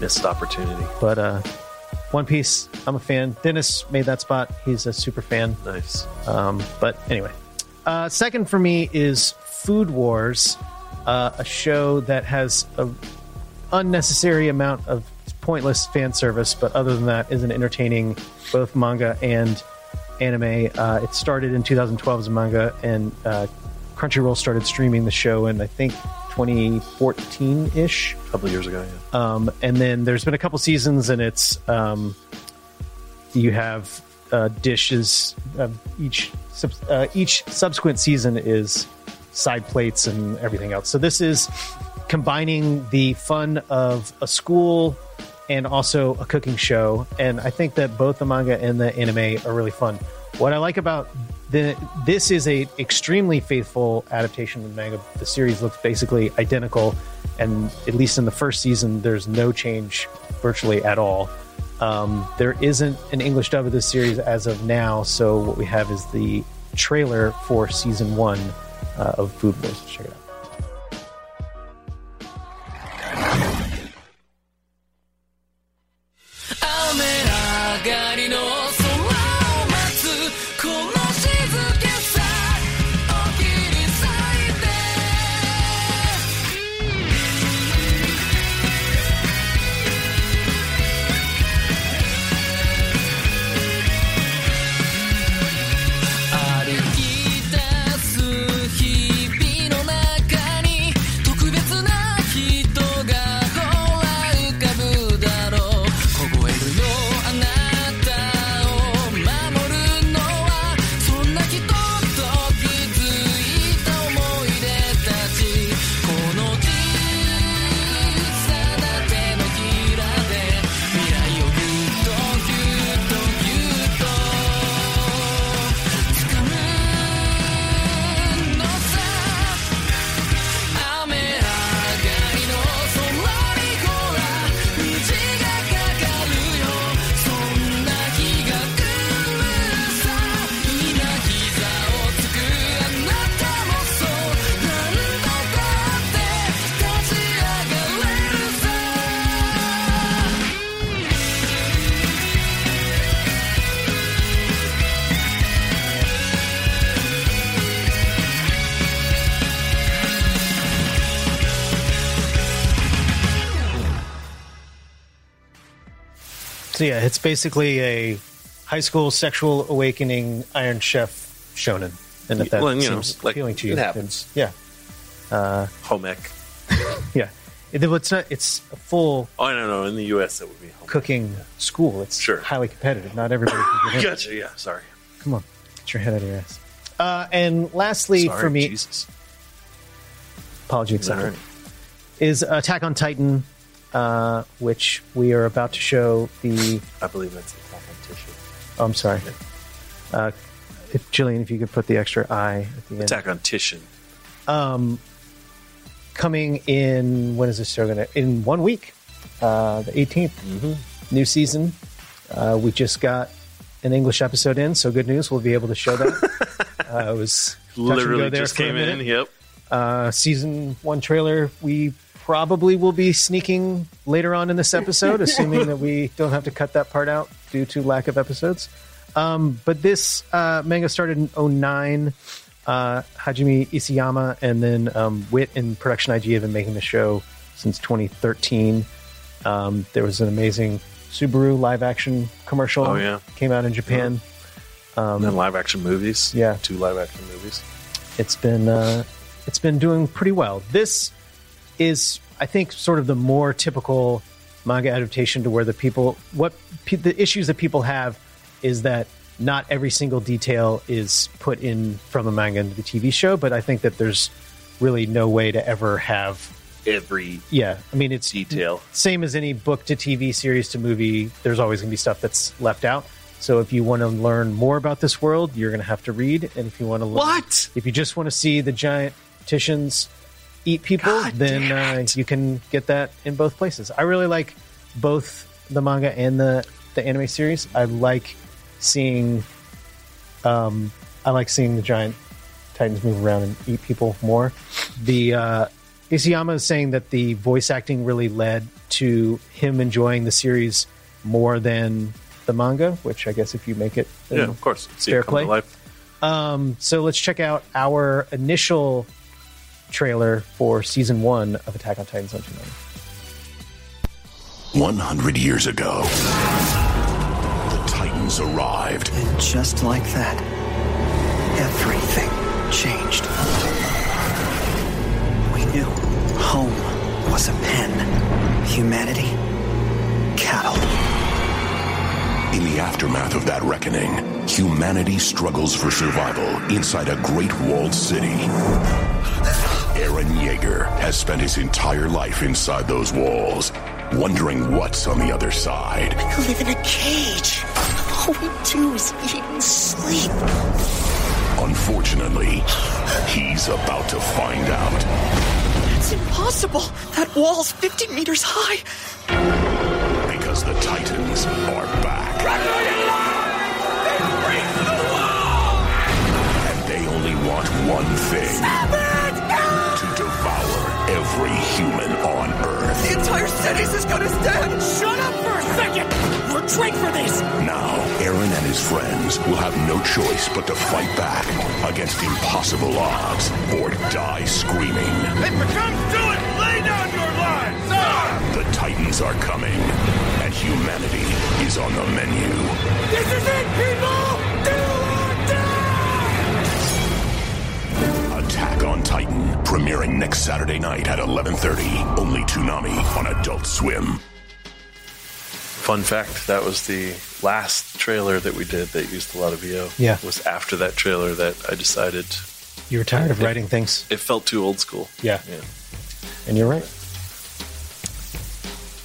missed opportunity. But uh, One Piece, I'm a fan. Dennis made that spot; he's a super fan. Nice. Um, but anyway, uh, second for me is Food Wars, uh, a show that has a unnecessary amount of pointless fan service, but other than that, is an entertaining both manga and anime. Uh, it started in 2012 as a manga, and uh, Crunchyroll started streaming the show in I think 2014 ish. A couple years ago, yeah. Um, and then there's been a couple seasons, and it's um, you have uh, dishes of each sub- uh, each subsequent season is side plates and everything else. So this is combining the fun of a school and also a cooking show, and I think that both the manga and the anime are really fun. What I like about the, this is a extremely faithful adaptation of the manga. The series looks basically identical, and at least in the first season, there's no change virtually at all. Um, there isn't an English dub of this series as of now, so what we have is the trailer for season one uh, of Food Wars. Check it out. So yeah, it's basically a high school sexual awakening Iron Chef shonen, and if that Well, you know, seems like, appealing to you, it happens. then- yeah, uh, Home ec. yeah. It- It's not. It's a full Oh, I don't know. In the U.S., it would be home. cooking school. It's highly competitive. Not everybody can get in. Gotcha. Yeah. Sorry. Come on, get your head out of your ass. Uh, and lastly, Sorry, for me, Jesus. apology Sorry. accepted, is Attack on Titan, uh, which we are about to show the. I believe that's a competition. Oh, I'm sorry, uh, if Jillian, if you could put the extra I at the end. Attack on Titian. um, coming in when is this show gonna in one week uh, the 18th Mm-hmm. new season uh, we just got an english episode in so good news we'll be able to show that uh, it was touch and go Literally there just for a came in. minute. Yep. uh, season one trailer we probably will be sneaking later on in this episode assuming that we don't have to cut that part out due to lack of episodes um, but this uh, manga started in 09 uh, hajime isayama and then um, wit and production ig have been making the show since 2013 um, there was an amazing subaru live action commercial Oh, yeah. came out in japan um, and then live action movies. Yeah. Two live action movies. it's been uh, it's been doing pretty well. This is, I think, sort of the more typical manga adaptation to where the people what pe- the issues that people have is that not every single detail is put in from the manga into the TV show, but I think that there's really no way to ever have Every yeah. I mean, it's detail. same as any book to TV series to movie. There's always going to be stuff that's left out. So if you want to learn more about this world, you're going to have to read. And if you want to learn, What? If you just want to see the giant Titians eat people, then uh, you can get that in both places. I really like both the manga and the the anime series. I like seeing, um, I like seeing the giant Titans move around and eat people more. The uh, Isayama is saying that the voice acting really led to him enjoying the series more than the manga, which I guess if you make it, then Yeah, of course. See it fair come play. to life. Um, so let's check out our initial trailer for season one of Attack on Titan: Sunshine. 100 years ago, the Titans arrived. And just like that, everything changed. We knew home was a pen, humanity, cattle. In the aftermath of that reckoning, humanity struggles for survival inside a great walled city. Aaron Yeager has spent his entire life inside those walls, wondering what's on the other side. I live in a cage. All we do is eat and sleep. Unfortunately, he's about to find out It's impossible! That wall's 50 meters high! because the Titans are back. And they only want one thing to devour every human on Earth. The entire city's just gonna stand! Shut up for a second! We're trained for this! Now, Aaron and his friends will have no choice but to fight back against impossible odds or die screaming. If it comes to it, lay down your lives! The Titans are coming, and humanity is on the menu. This is it, people! Do or Attack on Titan, premiering next Saturday night at 11:30. Only Toonami on Adult Swim. Fun fact: that was the last trailer that we did that used a lot of VO. Yeah. it was after that trailer that I decided You were tired of It- writing things. It felt too old school. Yeah. yeah. And you're right.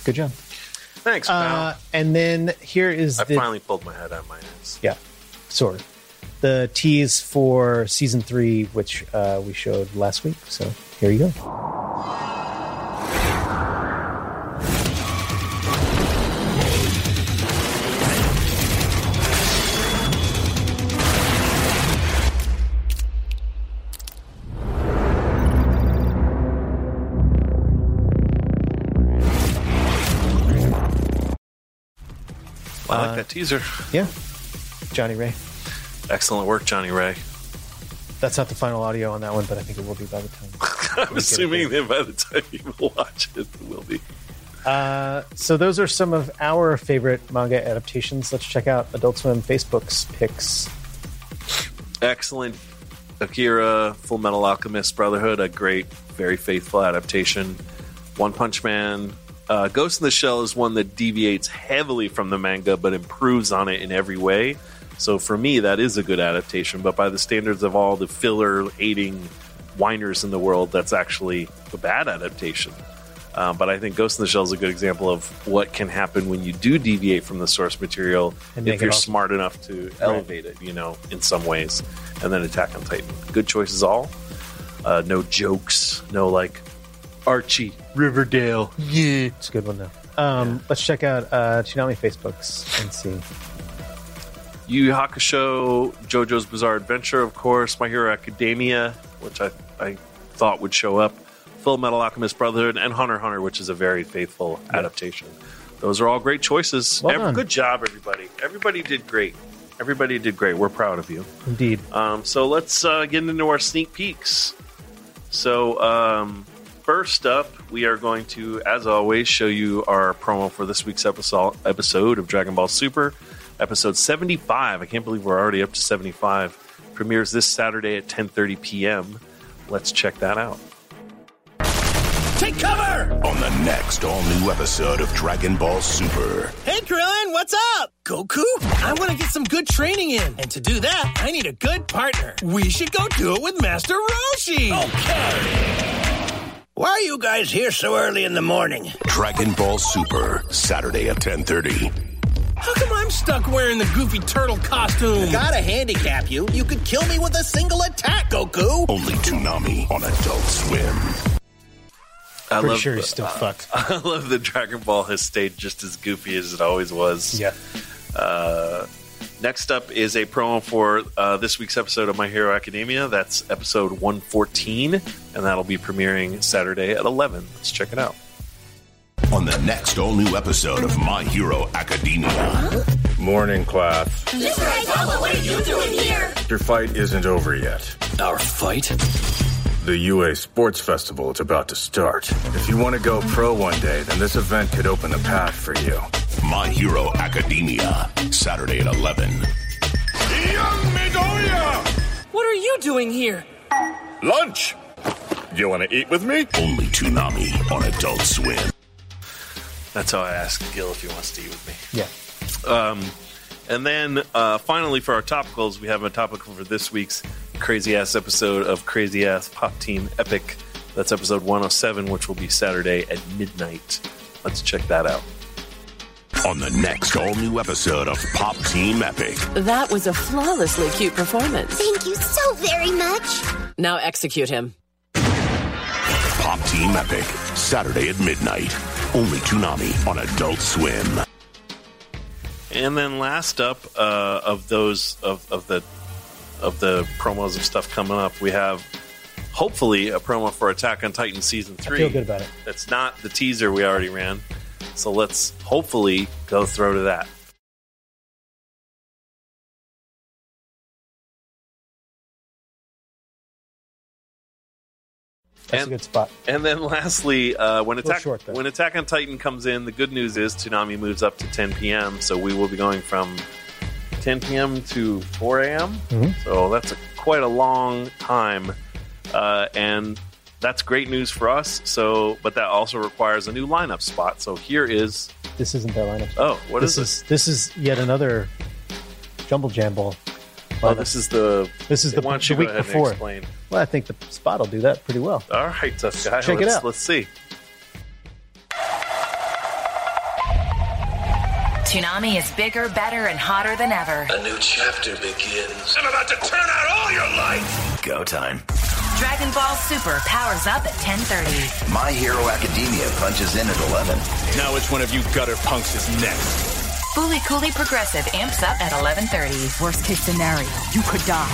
Good job. Thanks, Uh, and then here is I the finally pulled my head out of my ass. yeah, sort of. The tease for season three, which uh, we showed last week. So here you go. I like that teaser. Yeah, Johnny Ray. Excellent work, Johnny Ray. That's not the final audio on that one, but I think it will be by the time. I'm assuming that by the time you watch it, it will be. Uh, so those are some of our favorite manga adaptations. Let's check out Adult Swim Facebook's picks. excellent Akira, Full Metal Alchemist Brotherhood, a great, very faithful adaptation. One Punch Man, uh, Ghost in the Shell is one that deviates heavily from the manga but improves on it in every way. So for me, that is a good adaptation. But by the standards of all the filler hating whiners in the world, that's actually a bad adaptation. Um, but I think Ghost in the Shell is a good example of what can happen when you do deviate from the source material And make if it you're awesome. smart enough to elevate it, you know, in some ways. And then Attack on Titan. Good choices all. Uh, no jokes. No like Archie, Riverdale. Yeah. It's a good one though. Um, Let's check out uh, Tsunami Facebook's and see. Yu Yu Hakusho, JoJo's Bizarre Adventure, of course, My Hero Academia, which I, I thought would show up, Full Metal Alchemist Brotherhood, and Hunter x Hunter, which is a very faithful adaptation. Those are all great choices. Well Ev- done. Good job, everybody. Everybody did great. Everybody did great. We're proud of you. Indeed. Um, so let's uh, get into our sneak peeks. So, um, first up, we are going to, as always, show you our promo for this week's episode, episode of Dragon Ball Super, episode 75. I can't believe we're already up to 75. Premieres this Saturday at 10.30 p.m. Let's check that out. Take cover! On the next all-new episode of Dragon Ball Super. Hey, Krillin, what's up? Goku, I want to get some good training in. And to do that, I need a good partner. We should go do it with Master Roshi. Okay. Why are you guys here so early in the morning? Dragon Ball Super, Saturday at 10:30. How come I'm stuck wearing the goofy turtle costume? Gotta handicap you. You could kill me with a single attack, Goku. Only Toonami on Adult Swim. I uh, Pretty sure he's still fucked. I love that Dragon Ball has stayed just as goofy as it always was. Yeah. Uh, next up is a promo for uh, this week's episode of My Hero Academia. That's episode 114, and that'll be premiering Saturday at 11. Let's check it out. On the next all-new episode of My Hero Academia. Morning, class. Mr. Aizawa, what are you doing here? Your fight isn't over yet. Our fight? The UA Sports Festival is about to start. If you want to go pro one day, then this event could open the path for you. My Hero Academia, Saturday at 11. What are you doing here? Lunch! You want to eat with me? Only Toonami on Adult Swim. That's how I asked Gil if he wants to eat with me. Yeah. Um, and then uh, finally, for our topicals, we have a topical for this week's crazy ass episode of Crazy Ass Pop Team Epic. That's oh episode 107, which will be Saturday at midnight. Let's check that out. on the next all new episode of Pop Team Epic. That was a flawlessly cute performance. Thank you so very much. Now execute him. Pop Team Epic, Saturday at midnight. Only Toonami on Adult Swim. And then last up uh, of those of, of the of the promos of stuff coming up, we have hopefully a promo for Attack on Titan season I three. feel good about it. That's not the teaser we already ran. So let's hopefully go throw to that. That's a good spot. And then lastly, uh, when Little Attack short, though. when Attack on Titan comes in, the good news is Toonami moves up to 10 p.m. So we will be going from 10 p.m. to 4 a.m. Mhm. So that's a, quite a long time, uh, and that's great news for us. So, but that also requires a new lineup spot. So here is This isn't their lineup. oh, what is this this? is this is yet another jumble jamble. Oh, lineup. this is the This is the, why don't the you week go ahead before. and explain? Well, I think the spot will do that pretty well. All right, tough guy. Check it let's, out. Let's see. Toonami is bigger, better, and hotter than ever. A new chapter begins. I'm about to turn out all your lights! Go time. Dragon Ball Super powers up at 10:30. My Hero Academia punches in at 11. Now which one of you gutter punks is next? Fooly Cooly Progressive amps up at 11:30. Worst case scenario, you could die.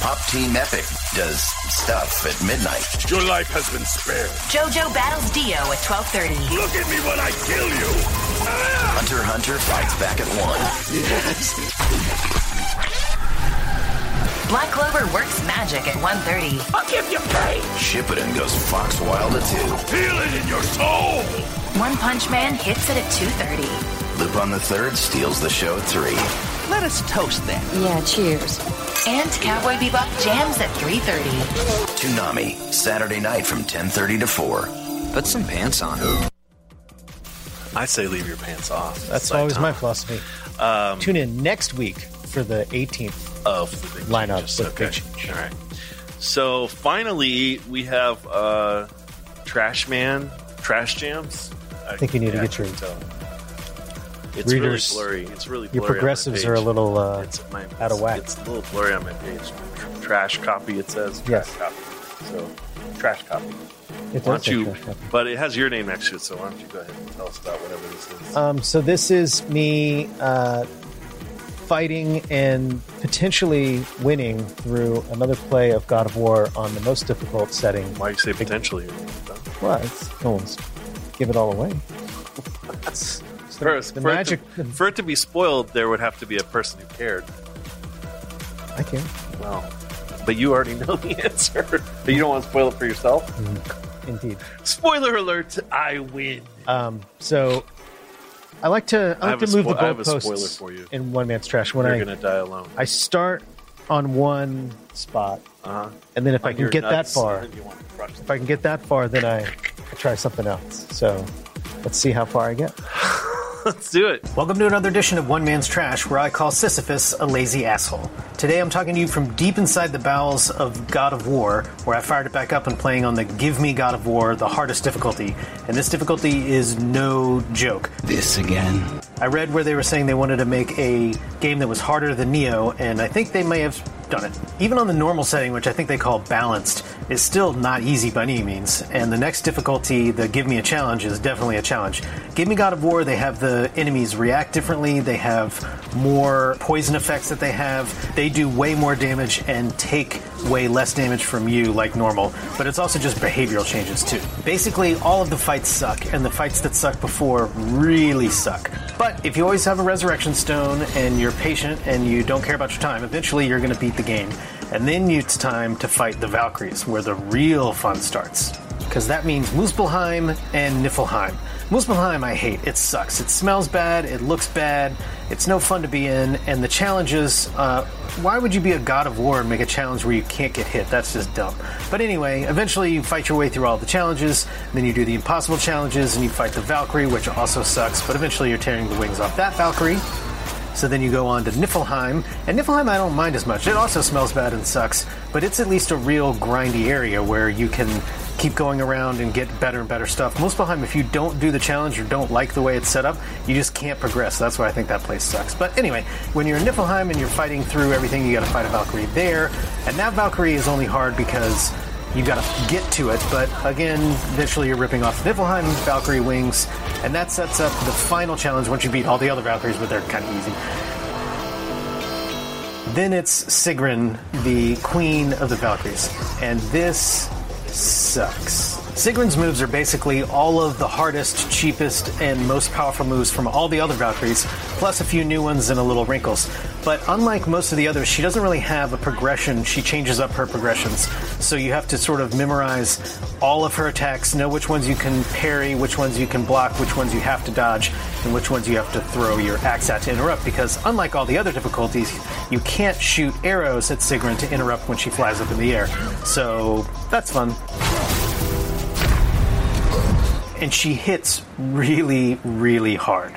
Pop Team Epic does stuff at midnight. Your life has been spared. JoJo battles Dio at 12:30. Look at me when I kill you! Hunter x Hunter fights back at 1. Black Clover works magic at 1:30. I'll give you pain! Shippuden goes Fox Wild at Feel it in your soul! One Punch Man hits it at 2:30. 2. Loop on the 3rd steals the show at 3. Let us toast then. Yeah, cheers. And Cowboy Bebop jams at 3:30. Toonami, Saturday night from 10.30 to 4. Put some pants on. I say leave your pants off. That's It's like, always my uh, philosophy. Um, Tune in next week for the 18th of lineup. with Big Ch- All right. So finally, we have uh, Trash Man, Trash Jams. I think you need yeah, to get your It's readers- really blurry. It's really blurry your progressives on my are a page. little uh, my- out of whack. It's a little blurry on my page. Tr- Trash copy. It says. Trash Yes. Copy. So trash copy. It why does don't say you? trash copy. But it has your name next to it. So why don't you go ahead and tell us about whatever this is? Um, so this is me uh, fighting and potentially winning through another play of God of War on the most difficult setting. Why you say potentially? Well, it's, no one's give it all away. It's- it's the- First, the for, magic. it to, for it to be spoiled, there would have to be a person who cared. I can't. Well, but you already know the answer. But you don't want to spoil it for yourself. Mm-hmm. Indeed. Spoiler alert! I win. Um, so I like to I I like have to a move spo- I the have a spoiler goalposts for you. in one man's trash. When You're I gonna die alone. I start on one spot, Uh-huh. and then if I On can your get nuts, that far, and then you want to crush them. if I can get that far, then I, I try something else. So let's see how far I get. Let's do it. Welcome to another edition of One Man's Trash, where I call Sisyphus a lazy asshole. Today I'm talking to you from deep inside the bowels of God of War, where I fired it back up and playing on the Give Me God of War, the hardest difficulty. And this difficulty is no joke. This again. I read where they were saying they wanted to make a game that was harder than Neo, and I think they may have done it. Even on the normal setting, which I think they call balanced, is still not easy by any means. And the next difficulty, the Give Me a Challenge, is definitely a challenge. Give Me God of War, they have the enemies react differently, they have more poison effects that they have, they do way more damage and take way less damage from you like normal, but it's also just behavioral changes too. Basically, all of the fights suck, and the fights that suck before really suck. But if you always have a resurrection stone and you're patient and you don't care about your time, eventually you're going to beat the game. And then it's time to fight the Valkyries, where the real fun starts. Because that means Muspelheim and Niflheim. Muspelheim, I hate. It sucks. It smells bad. It looks bad. It's no fun to be in. And the challenges uh, why would you be a god of war and make a challenge where you can't get hit? That's just dumb. But anyway, eventually you fight your way through all the challenges, and then you do the impossible challenges, and you fight the Valkyrie, which also sucks, but eventually you're tearing the wings off that Valkyrie. So then you go on to Niflheim, and Niflheim I don't mind as much. It also smells bad and sucks, but it's at least a real grindy area where you can keep going around and get better and better stuff. Muspelheim, if you don't do the challenge or don't like the way it's set up, you just can't progress. That's why I think that place sucks. But anyway, when you're in Niflheim and you're fighting through everything, you got to fight a Valkyrie there, and that Valkyrie is only hard because you got to get to it. But again, eventually you're ripping off Niflheim Valkyrie wings, and that sets up the final challenge once you beat all the other Valkyries, but they're kind of easy. Then it's Sigrun, the queen of the Valkyries, and this sucks. Sigrun's moves are basically all of the hardest, cheapest, and most powerful moves from all the other Valkyries, plus a few new ones and a little wrinkles. But unlike most of the others, she doesn't really have a progression. She changes up her progressions. So you have to sort of memorize all of her attacks, know which ones you can parry, which ones you can block, which ones you have to dodge, and which ones you have to throw your axe at to interrupt, because unlike all the other difficulties, you can't shoot arrows at Sigrun to interrupt when she flies up in the air. So that's fun and she hits really, really hard.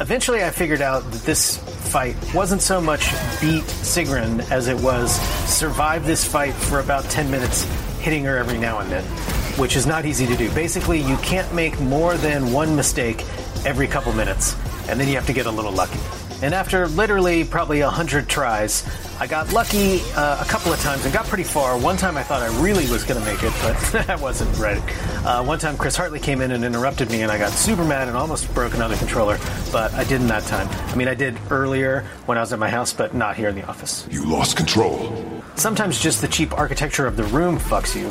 Eventually, I figured out that this fight wasn't so much beat Sigrun as it was survive this fight for about 10 minutes, hitting her every now and then, which is not easy to do. Basically, you can't make more than one mistake every couple minutes, and then you have to get a little lucky. And after literally probably a hundred tries, I got lucky uh, a couple of times and got pretty far. One time I thought I really was going to make it, but I wasn't ready. Uh, one time Chris Hartley came in and interrupted me, and I got super mad and almost broke another controller, but I didn't that time. I mean, I did earlier when I was at my house, but not here in the office. You lost control. Sometimes just the cheap architecture of the room fucks you.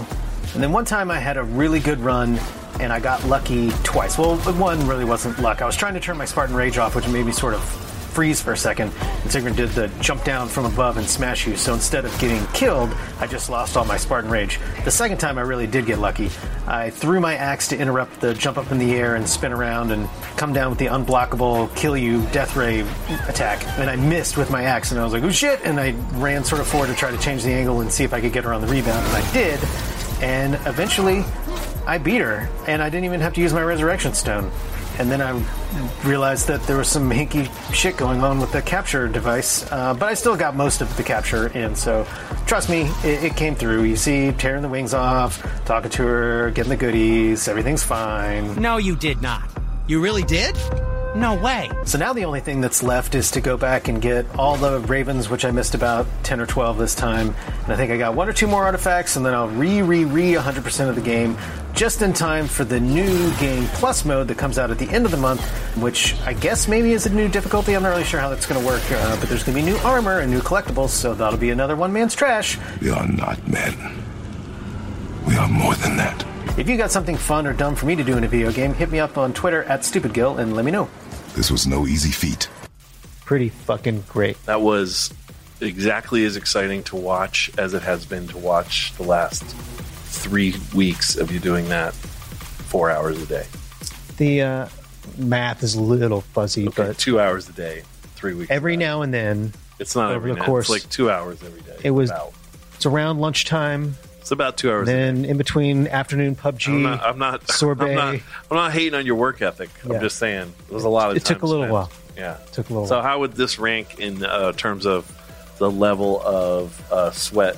And then one time I had a really good run and I got lucky twice. Well, one really wasn't luck. I was trying to turn my Spartan Rage off, which made me sort of freeze for a second. And Sigrun did the jump down from above and smash you. So instead of getting killed, I just lost all my Spartan Rage. The second time I really did get lucky. I threw my axe to interrupt the jump up in the air and spin around and come down with the unblockable kill you death ray attack. And I missed with my axe and I was like, oh shit! And I ran sort of forward to try to change the angle and see if I could get her on the rebound. And I did. And eventually, I beat her, and I didn't even have to use my resurrection stone. And then I realized that there was some hinky shit going on with the capture device, uh, but I still got most of the capture in. So, trust me, it, it came through. You see, tearing the wings off, talking to her, getting the goodies, everything's fine. No, you did not. You really did? No way. So now the only thing that's left is to go back and get all the ravens, which I missed about 10 or 12 this time. And I think I got one or two more artifacts, and then I'll re, re, re 100% of the game just in time for the new Game Plus mode that comes out at the end of the month, which I guess maybe is a new difficulty. I'm not really sure how that's going to work, uh, but there's going to be new armor and new collectibles, so that'll be another one man's trash. We are not men. We are more than that. If you got something fun or dumb for me to do in a video game, hit me up on Twitter at StupidGill and let me know. This was no easy feat. Pretty fucking great. That was exactly as exciting to watch as it has been to watch the last three weeks of you doing that four hours a day. The uh, math is a little fuzzy, but Two hours a day, three weeks. every now and then, It's not over every the night. course- It's like two hours every day. it was. About. It's around lunchtime. It's about two hours. a day. Then in between afternoon PUBG, I'm not. I'm not sorbet. I'm not, I'm not hating on your work ethic. Yeah. I'm just saying it was a lot of. It took time a little spent. while. Yeah, Took a little So how would this rank in uh, terms of the level of uh, sweat?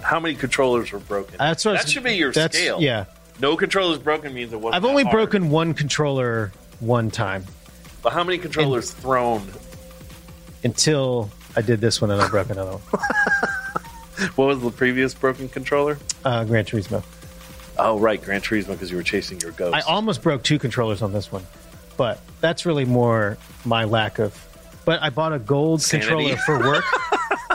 How many controllers were broken? That's what I that was- should be your that's- scale. yeah. no controllers broken means it wasn't. I've only that hard. broken one controller one time But how many controllers thrown? until I did this one and I broke another one. What was the previous broken controller? Uh, Gran Turismo. Oh right, Gran Turismo because you were chasing your ghost. I almost broke two controllers on this one, but that's really more my lack of. But I bought a gold Sanity. controller for work.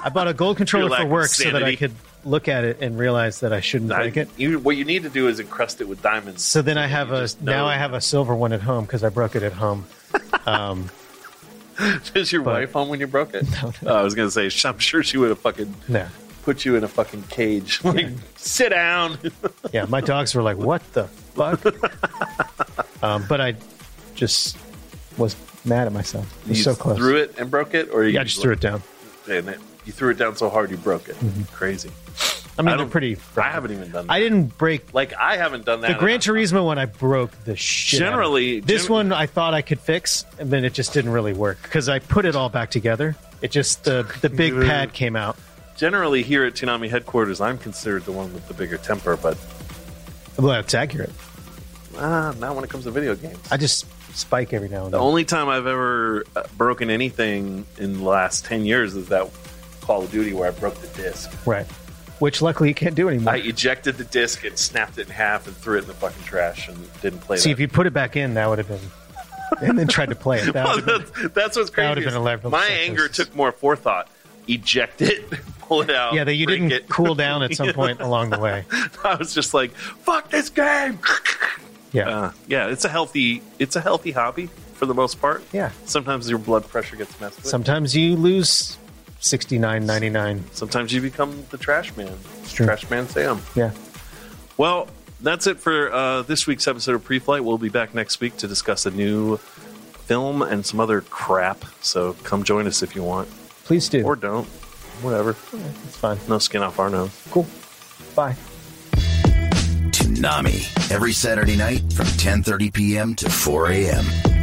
I bought a gold controller lack for of work so that I sanity. could look at it and realize that I shouldn't I- break it. you- what you need to do is encrust it with diamonds. So then I have a know. now I have a silver one at home because I broke it at home. Um, Is your wife home when you broke it? Oh, I was gonna say, sh- I'm sure she would have fucking no. put you in a fucking cage. Like, sit down. yeah, my dogs were like, "What the fuck?" um, but I just was mad at myself. It was you so close. Threw it and broke it, or you Yeah, I just threw it down. And it, you threw it down so hard you broke it. Mhm. Crazy. Mm-hmm. I mean, they're don't- pretty. I haven't even done that. I didn't break like I haven't done that. the in Gran Turismo one. I broke the shit. out of it. Generally- this gen- one I thought I could fix, and then it just didn't really work because I put it all back together. It just the the big pad came out. generally here at Toonami headquarters, I'm considered the one with the bigger temper, but Well, that's accurate. uh, not when it comes to video games. I just spike every now and The then. only time I've ever uh, broken anything in the last ten years is that Call of Duty where I broke the disc. Right. Which luckily you can't do anymore. I ejected the disc and snapped it in half and threw it in the fucking trash and didn't play. See, that. if you put it back in, that would have been. And then tried to play it. That Well, would've been- that's, that's what's that crazy. would've is been a level My sentence. anger took more forethought. Eject it, pull it out. yeah, that you break didn't it. cool down at some Yeah. point along the way. I was just like, "Fuck this game." Yeah. Uh, yeah, it's a healthy it's a healthy hobby for the most part. Yeah. Sometimes your blood pressure gets messed with. Sometimes you lose sixty nine ninety nine. Sometimes you become the trash man. true. Trash man Sam. Yeah. Well, that's it for uh, this week's episode of Pre-Flight. We'll be back next week to discuss a new film and some other crap. So come join us if you want. Please do. Or don't. Whatever. It's fine. No skin off our nose. Cool. Bye. Toonami every Saturday night from 10:30 p.m. to 4 a.m.